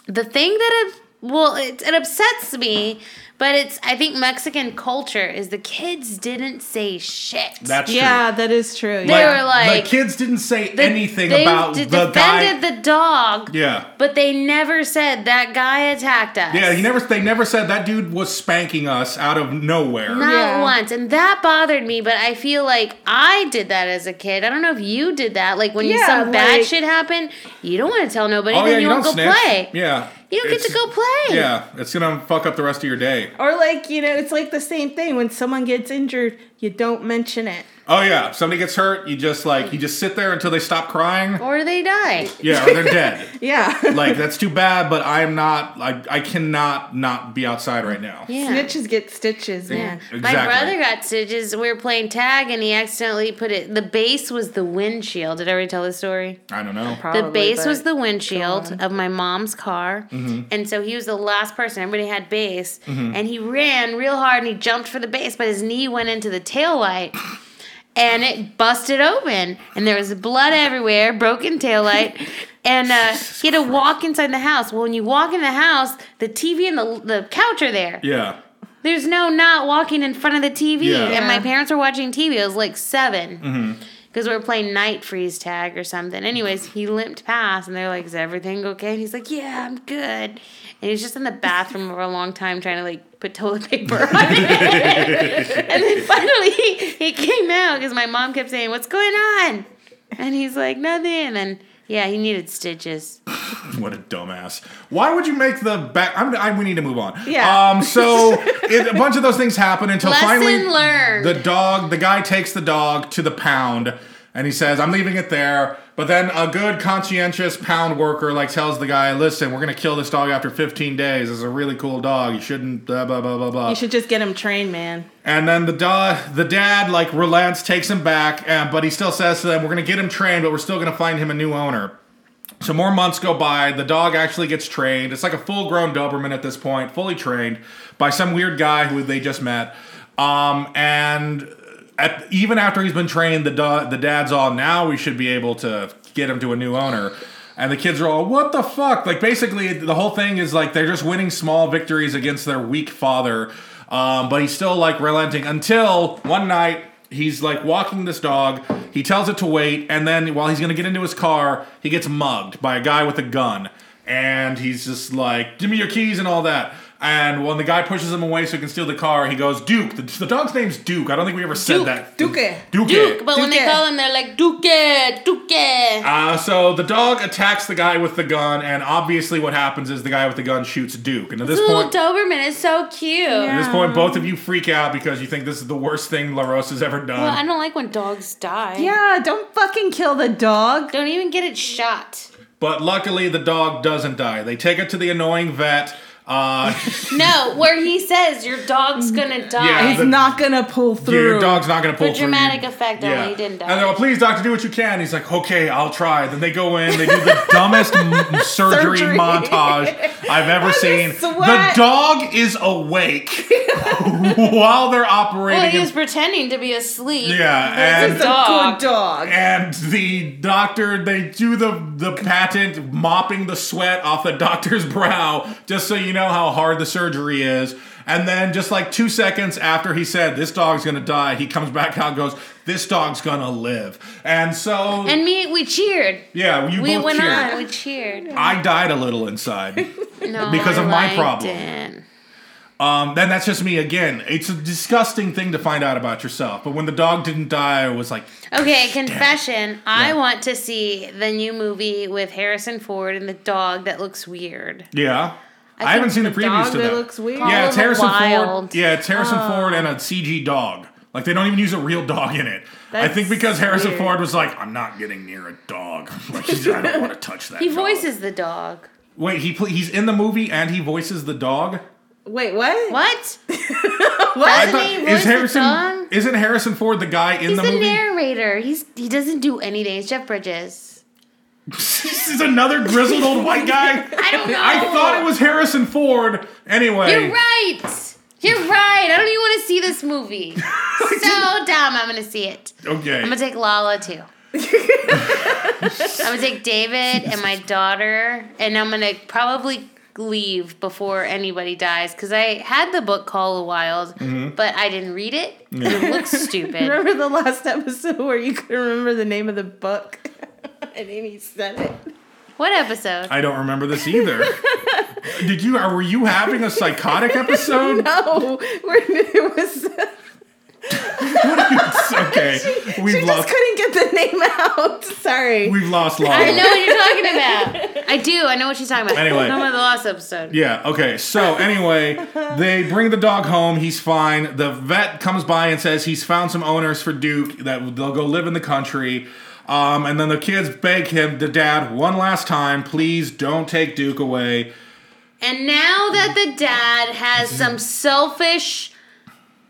A: The thing that it, well, it, it upsets me, But it's I think Mexican culture is the kids didn't say shit.
C: That's
B: yeah,
C: true.
B: that is true.
A: They
B: yeah.
A: were like-
C: the kids didn't say
A: The-
C: anything
A: they
C: about
A: d-
C: the guy.
A: defended the dog.
C: yeah,
A: But they never said that guy attacked us.
C: yeah. He never. They never said that dude was spanking us out of nowhere.
A: Not
B: Yeah.
A: once. And that bothered me, but I feel like I did that as a kid. I don't know if you did that. Like when you
B: Yeah,
A: some bad
B: like-
A: shit happened, you don't want to tell nobody,
C: Oh
A: then
C: yeah,
A: you,
C: you
A: won't
C: don't
A: go
C: snitch.
A: play.
C: Yeah,
A: You don't get
C: It's-
A: to go play.
C: Yeah, it's gonna fuck up the rest of your day.
B: or like you know, it's like the same thing when someone gets injured, you don't mention it.
C: Oh yeah, if somebody gets hurt, you just like you just sit there until they stop crying.
A: Or they die.
C: Yeah, or they're dead.
B: Yeah,
C: Like that's too bad, but I'm not. I I cannot not be outside right now.
A: Yeah.
B: snitches get stitches, man.
A: My
C: Exactly.
A: brother got stitches. We were playing tag and he accidentally put it. The base was the windshield. Did I already tell the story?
C: I don't know.
B: Probably,
A: the base
B: but-
A: was the windshield of my mom's car. And so he was the last person. Everybody had base. And he ran real hard and he jumped for the base, but his knee went into the taillight and it busted open. And there was blood everywhere, broken taillight. And uh, he had to walk inside the house. Well, when you walk in the house, the TV and the, the couch are there.
C: Yeah.
A: There's no not walking in front of the TV.
C: Yeah.
A: And my
B: Yeah.
A: parents were watching TV. It was like 7 Because we were playing night freeze tag or something. Anyways, he limped past and they're like, Is everything okay? And he's like, Yeah, I'm good. And he was just in the bathroom for a long time trying to like put toilet paper on it. and then finally he, he came out because my mom kept saying, What's going on? And he's like, Nothing. And then, yeah, he needed stitches.
C: What a dumbass. Why would you make the back? I'm, I, we need to move on.
B: Yeah.
C: Um. So it, a bunch of those things happen until
A: Lesson
C: finally
A: learned.
C: the dog. The guy takes the dog to the pound, and he says, "I'm leaving it there." But then a good conscientious pound worker like tells the guy, "Listen, we're gonna kill this dog after 15 days. It's a really cool dog. You shouldn't." Blah blah blah blah blah.
B: You should just get him trained, man.
C: And then the da- the dad like relents, takes him back, and, but he still says to them, "We're gonna get him trained, but we're still gonna find him a new owner." So more months go by. The dog actually gets trained. It's like a full-grown Doberman at this point, fully trained by some weird guy who they just met. Um, and at, even after he's been trained, the da- the dad's all now we should be able to get him to a new owner. And the kids are all, what the fuck? Like basically, the whole thing is like they're just winning small victories against their weak father. Um, but he's still like relenting until one night he's like walking this dog. He tells it to wait, and then while he's gonna get into his car, he gets mugged by a guy with a gun, and he's just like, "Give me your keys and all that." And when the guy pushes him away so he can steal the car, he goes, "Duke." The, the dog's name's Duke. I don't think we ever said
A: Duke.
C: that.
B: Duke.
C: Duke.
A: Duke. But when they
B: Duque.
A: call him, they're like, Duque, Duque.
C: Uh, so the dog attacks the guy with the gun, and obviously, what happens is the guy with the gun shoots Duke. And at this
A: This little
C: point,
A: Doberman is so cute.
C: at this point, both of you freak out because you think this is the worst thing La Rosa's ever done.
A: Well, I don't like when dogs die.
B: Yeah, don't fucking kill the dog.
A: Don't even get it shot.
C: But luckily, the dog doesn't die. They take it to the annoying vet. Uh,
A: No, where he says your dog's gonna die.
C: Yeah,
B: He's
C: the-
B: not gonna pull through.
C: your dog's not going to pull
A: For dramatic
C: through.
A: effect only, he didn't die.
C: And they're like, please, doctor, do what you can. He's like, okay, I'll try. Then they go in, they do the dumbest m- surgery,
B: Surgery.
C: montage I've ever seen. The
B: sweat.
C: dog is awake while they're operating.
A: well, he
C: him.
A: was pretending to be asleep.
C: Yeah,
A: This
B: It's
A: is
C: and
B: a
A: dog.
B: good dog.
C: and the doctor they do the the patent mopping the sweat off the doctor's brow just so you know how hard the surgery is. And then just like two seconds after he said this dog's gonna die, he comes back out and goes, This dog's gonna live. And so
A: And me, we cheered.
C: yeah, you
A: We
C: both
A: went
C: cheered.
A: on. We cheered.
C: I died a little inside.
A: No,
C: Because
A: I
C: of my
A: liked
C: problem.
A: it.
C: Um, then that's just me again. It's a disgusting thing to find out about yourself. But when the dog didn't die, I was like,
A: Okay, confession. I want to see the new movie with Harrison Ford and the dog that looks weird.
C: Yeah. I, haven't
A: think
C: seen the
A: the
C: previews
B: dog
C: to
B: that
C: that.
B: looks weird.
A: Call
C: Yeah, it's
A: of the
C: Harrison Ford.
A: Wild. Oh.
C: Yeah, it's Harrison Ford and a CG dog. Like they don't even use a real dog in it. I think
B: That's
C: because Harrison
B: weird.
C: Ford was like, "I'm not getting near a dog. Like he's, I don't want to touch that."
A: He
C: dog."
A: voices the dog.
C: Wait, he pl- he's in the movie and he voices the dog.
B: Wait, what?
A: What?
C: I
A: Doesn't
C: thought-
A: he voice the dog?
C: Harrison isn't Harrison Ford the guy in
A: He's
C: the
A: the
C: movie?
A: narrator. He's he doesn't do anything. It's Jeff Bridges.
C: this is another grizzled old white guy.
A: I don't know.
C: I thought it was Harrison Ford. Anyway,
A: You're right. You're right. I don't even want to see this movie. so dumb. I'm gonna see it.
C: okay.
A: I'm gonna take Lala too. I'm gonna take David and my daughter, and I'm gonna probably leave before anybody dies because I had the book Call of the Wild,
C: Mm-hmm.
A: but I didn't read it. It looks stupid.
B: Remember the last episode where you couldn't remember the name of the book? and Amy said it.
A: What episode?
C: I don't remember this either. Did you? Were you having a psychotic episode?
B: No, where it was.
C: okay, we've
B: She just
C: lost.
B: couldn't get the name out. Sorry.
C: We've lost Laura.
A: I know what you're talking about. I do. I know what she's talking about.
C: Anyway.
A: I'm talking about the last episode.
C: Yeah, okay. So anyway, they bring the dog home, he's fine. The vet comes by and says he's found some owners for Duke that they'll go live in the country. Um, and then the kids beg him, the dad, one last time, please don't take Duke away.
A: And now that the dad has
C: Mm-hmm.
A: some selfish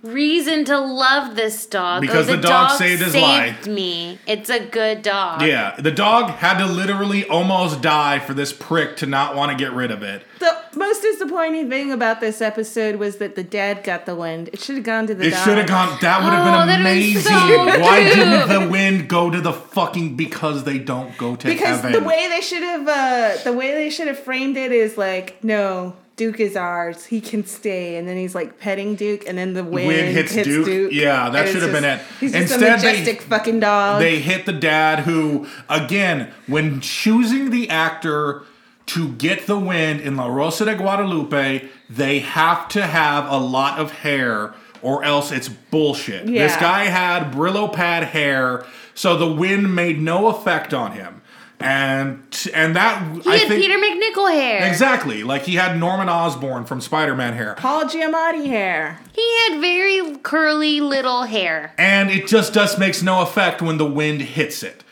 A: reason to love this dog, or
C: Because the dog saved his life.
A: me. It's a good dog.
C: Yeah, the dog had to literally almost die for this prick to not want to get rid of it.
B: the most disappointing thing about this episode was that the dad got the wind. It should have gone to the
C: It
B: dog.
C: should have gone. That would
A: Oh,
C: have been
A: that'd been
C: amazing.
A: so
C: Why
A: cute.
C: didn't the wind go to the fucking? Because they don't go to
B: because
C: heaven.
B: the way they should have uh, the way they should have framed it is like no duke is ours he can stay and then he's like petting duke and then the wind, hits, duke.
C: Yeah, that
B: And it's
C: should have been
B: just-
C: it.
B: he's just
C: Instead,
B: a
C: they-
B: majestic fucking dog
C: They hit the dad, who, again, when choosing the actor to get the wind in La Rosa de Guadalupe, they have to have a lot of hair or else it's bullshit. This
B: Yeah.
C: guy had Brillo pad hair, so the wind made no effect on him. And and that
A: He
C: I
A: had
C: think
A: Peter McNichol hair.
C: exactly like he had Norman Osborn from Spider-Man hair.
B: paul giamatti hair
A: He had very curly little hair.
C: and it just just makes no effect when the wind hits it.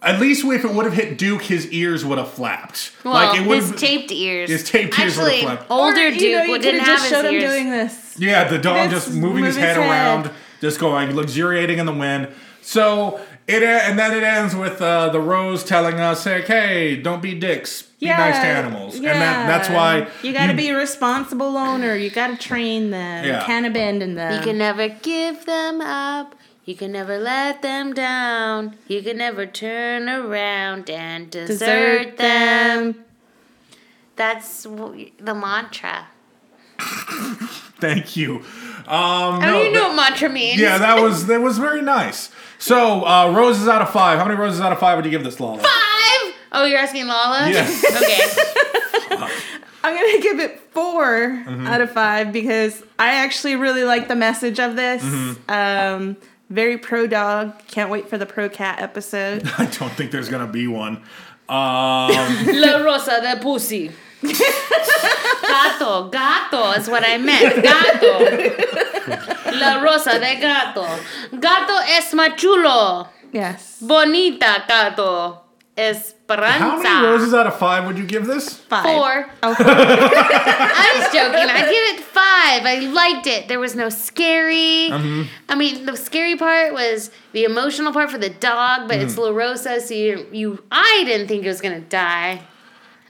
C: At least if it would have hit Duke, his ears would have flapped.
A: Well,
C: it
A: his
C: have-
A: taped ears.
C: his taped ears would've
A: Actually,
C: flapped.
B: Or,
A: older
B: you know,
A: Duke
B: you
A: would-
B: could've
A: didn't have
B: just
A: his
B: showed him
A: ears.
B: doing this
C: Yeah, the dog
B: This
C: just moving his
B: move
C: head,
B: his head.
C: around, just going luxuriating in the wind. So it e- and then it ends with uh, the rose telling us, like, "Hey, don't be dicks, be nice to animals," and that, that's why
B: you gotta be a responsible owner. You gotta train them.
C: Yeah.
B: You can't abandon them.
A: You can never give them up. You can never let them down. You can never turn around and desert, them. That's w- the mantra.
C: Thank you. Um,
A: I
C: no,
A: don't even
C: that-
A: know what mantra means.
C: yeah, that was that was very nice. So uh, roses out of five. How many roses out of five would you give this, Lala?
A: Five! Oh, you're asking Lala?
C: Yes.
A: Okay.
B: I'm gonna give it 4
C: Mm-hmm.
B: out of five because I actually really like the message of this.
C: Mm-hmm.
B: Um, very pro dog. Can't wait for the pro cat episode.
C: I don't think there's gonna be one. Um,
A: La Rosa de Pussy. gato, gato is what I meant. Gato. La Rosa de Gato. Gato es machulo.
B: yes,
A: Bonita gato. Esperanza.
C: how many roses out of five would you give this?
B: five.
A: Four.
B: Oh, four.
A: I was joking. I give it five. I liked it. There was no scary.
C: Mm-hmm.
A: I mean, the scary part was the emotional part for the dog, but it's La
C: Mm-hmm.
A: Rosa, so you, you. I didn't think it was gonna die.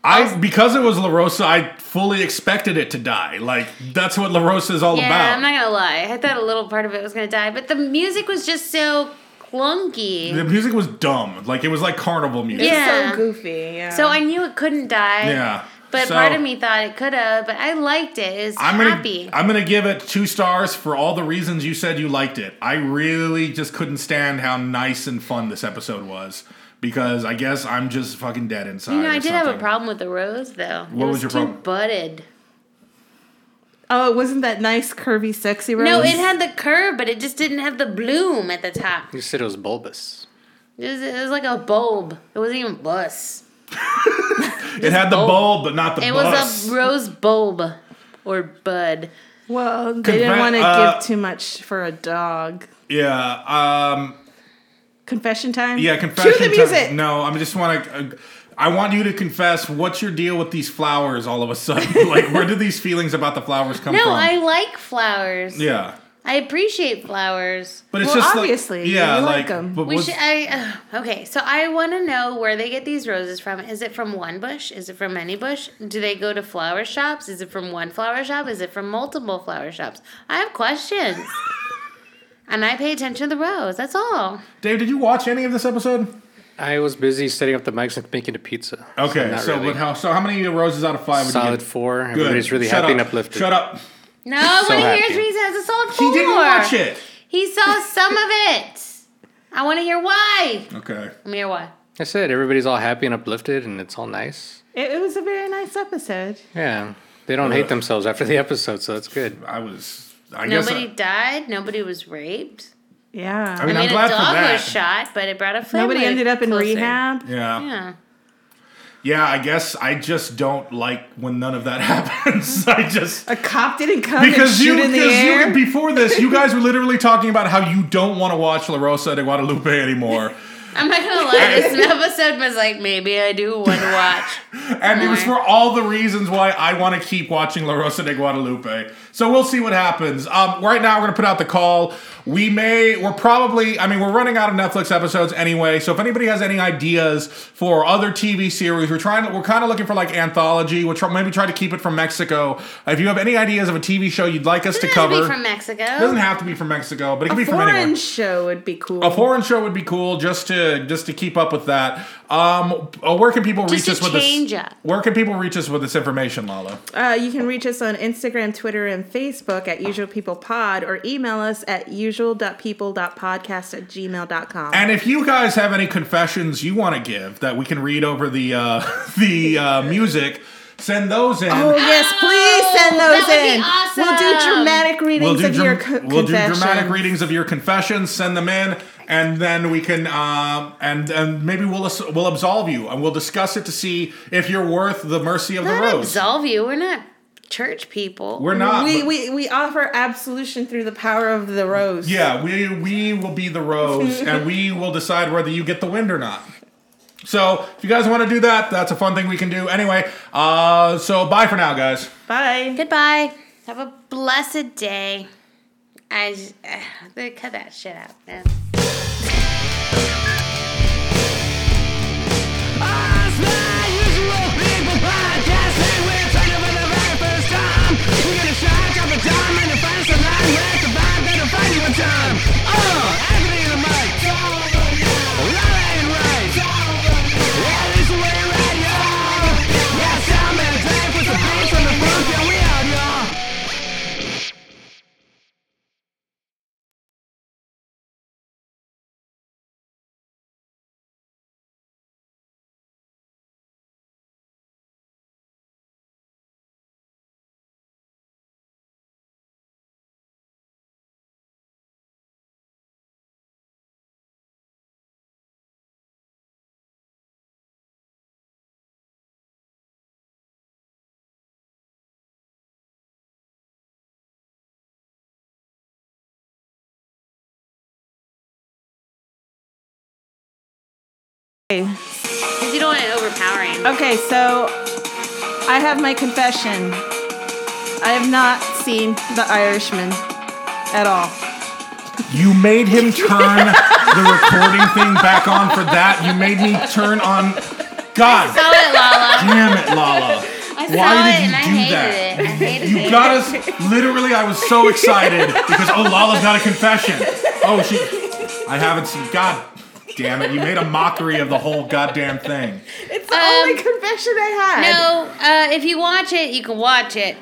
C: I because it was La Rosa, I fully expected it to die. Like that's what La Rosa is all
A: Yeah,
C: about.
A: I'm not gonna lie. I thought a little part of it was gonna die, but the music was just so clunky.
C: the music was dumb. Like it was like carnival music.
A: Yeah.
B: So goofy. Yeah.
A: So I knew it couldn't die.
C: Yeah.
A: But
C: So-
A: part of me thought it could have. But I liked it. It was
C: I'm gonna
A: happy.
C: I'm gonna give it two stars for all the reasons you said you liked it. I really just couldn't stand how nice and fun this episode was because I guess I'm just fucking dead inside.
A: you know,
C: or
A: I did have a
C: something.
A: problem with the rose though.
C: What
A: it
C: was
A: was,
C: your
A: too
C: problem?
A: budded.
B: oh, it wasn't that nice curvy sexy rose?
A: No, it had the curve, but it just didn't have the bloom at the top.
D: You said it was bulbous.
A: It was, it was like a bulb. It wasn't even bus.
C: It had the
A: bulb.
C: bulb, but not the
A: It
C: bus.
A: was a rose bulb or bud.
B: Well, they
C: Confe-
B: didn't want to
C: uh,
B: give too much for a dog.
C: yeah. Um.
B: Confession time.
C: Yeah, confession.
B: Cue the
C: time.
B: music.
C: No, I just want to. Uh, I want you to confess. What's your deal with these flowers? All of a sudden, like, where did these feelings about the flowers come
A: No,
C: from?
A: I like flowers.
C: yeah,
A: I appreciate flowers.
C: but it's
B: Well,
C: just like-
B: obviously,
C: yeah,
B: you like
C: like,
B: 'em.
C: but
A: We
C: what's-
A: should. I uh, okay. So I want to know where they get these roses from. Is it from one bush? Is it from any bush? Do they go to flower shops? Is it from one flower shop? Is it from multiple flower shops? I have questions. and I pay attention to the rose. That's all.
C: Dave, did you watch any of this episode?
D: I was busy setting up the mics and making a pizza.
C: Okay,
D: not
C: so
D: really.
C: but how so how many roses out of five would you
D: solid
C: give?
D: four.
C: Good.
D: Everybody's really
C: Shut
D: happy and
C: up.
D: uplifted.
C: Shut up.
A: No, I want
D: So
A: to hear
D: happy.
A: his reason. It's a solid
C: He
A: four.
C: didn't watch it.
A: He saw some of it. I want to hear why.
C: Okay.
A: Let me hear why.
D: I said everybody's all happy and uplifted, and it's all nice.
B: It, it was a very nice episode.
D: Yeah, they don't
C: Ugh.
D: hate themselves after the episode, so that's good.
C: I was. I guess.
A: Nobody
C: I,
A: died. Nobody was raped.
B: Yeah.
C: I mean,
A: I
C: I'm
A: mean,
C: glad
A: a
C: for
A: dog
C: that.
A: was shot, but it brought a family.
B: Nobody ended up in
A: closer.
B: rehab.
C: yeah. yeah.
A: Yeah.
C: I guess I just don't like when none of that happens. I just.
B: A cop didn't come
C: Because
B: and
C: you,
B: shoot in the
C: because
B: air.
C: you, before this, you guys were literally talking about how you don't want to watch La Rosa de Guadalupe anymore,
A: I'm not gonna lie. This episode was like maybe I do want to watch.
C: and it was
A: More.
C: for all the reasons why I want to keep watching La Rosa de Guadalupe. So we'll see what happens. Um, right now, we're gonna put out the call. We may, we're probably, I mean, we're running out of Netflix episodes anyway. So if anybody has any ideas for other TV series, we're trying, we're kind of looking for like anthology. We'll try, maybe try to keep it from Mexico. If you have any ideas of a TV show you'd like us to
A: It has to
C: cover,
A: be from Mexico.
C: doesn't have to be from Mexico, but it can be from
B: Foreign
C: anywhere.
B: show would be cool.
C: A foreign show would be cool just to just to keep up with that. Um, uh, where can people reach
A: Just to
C: us with this?
A: change up.
C: Where can people reach us with this information, Lala?
B: Uh, you can reach us on Instagram, Twitter, and Facebook at Usual People Pod or email us at usual.people.podcast at gmail.com.
C: And if you guys have any confessions you want to give that we can read over the uh, the uh, music, send those in.
B: Oh, yes, please send
A: that
B: those
A: would be
B: in.
A: awesome.
B: We'll do dramatic readings
C: We'll do,
B: of
C: dram-
B: your co-
C: we'll do dramatic
B: confessions.
C: readings of your confessions. Send them in, and then we can uh, and and maybe we'll as- we'll absolve you, and we'll discuss it to see if you're worth the mercy of the
A: not
C: rose.
A: absolve you. We're not church people.
C: We're not.
B: we,
C: but-
B: we, we offer absolution through the power of the rose.
C: Yeah, we we will be the rose, and we will decide whether you get the wind or not. So if you guys want to do that, that's a fun thing we can do. Anyway, uh, so bye for now, guys.
B: Bye.
A: Goodbye. Have a blessed day. I just, uh, they cut that shit out, man.
E: Yeah.
A: Because you don't want it overpowering.
B: Okay, so I have my confession. I have not seen The Irishman at all.
C: You made him turn the recording thing back on for that. You made me turn on. God
A: Saw it, Lala.
C: damn it, Lala!
A: I saw
C: Why
A: it
C: did
A: and I
C: you do
A: hated
C: that?
A: it. I hated
C: You
A: it.
C: got us. Literally, I was so excited because oh, Lala's got a confession. Oh, she. I haven't seen. God damn it! You made a mockery of the whole goddamn thing.
B: It's the
A: Um,
B: only confession I had.
A: No, uh, if you watch it, you can watch it.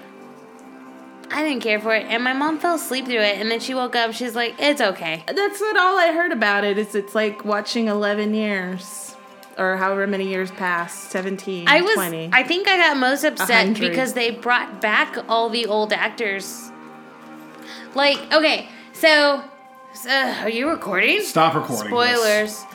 A: I didn't care for it, and my mom fell asleep through it, and then she woke up. She's like, "It's okay."
B: That's not all I heard about it. Is it's like watching eleven years, or however many years passed, seventeen,
A: I was,
B: 20.
A: I think I got most upset
B: 100.
A: because they brought back all the old actors. Like, okay, so, so are you recording?
C: Stop recording. this.
A: Spoilers.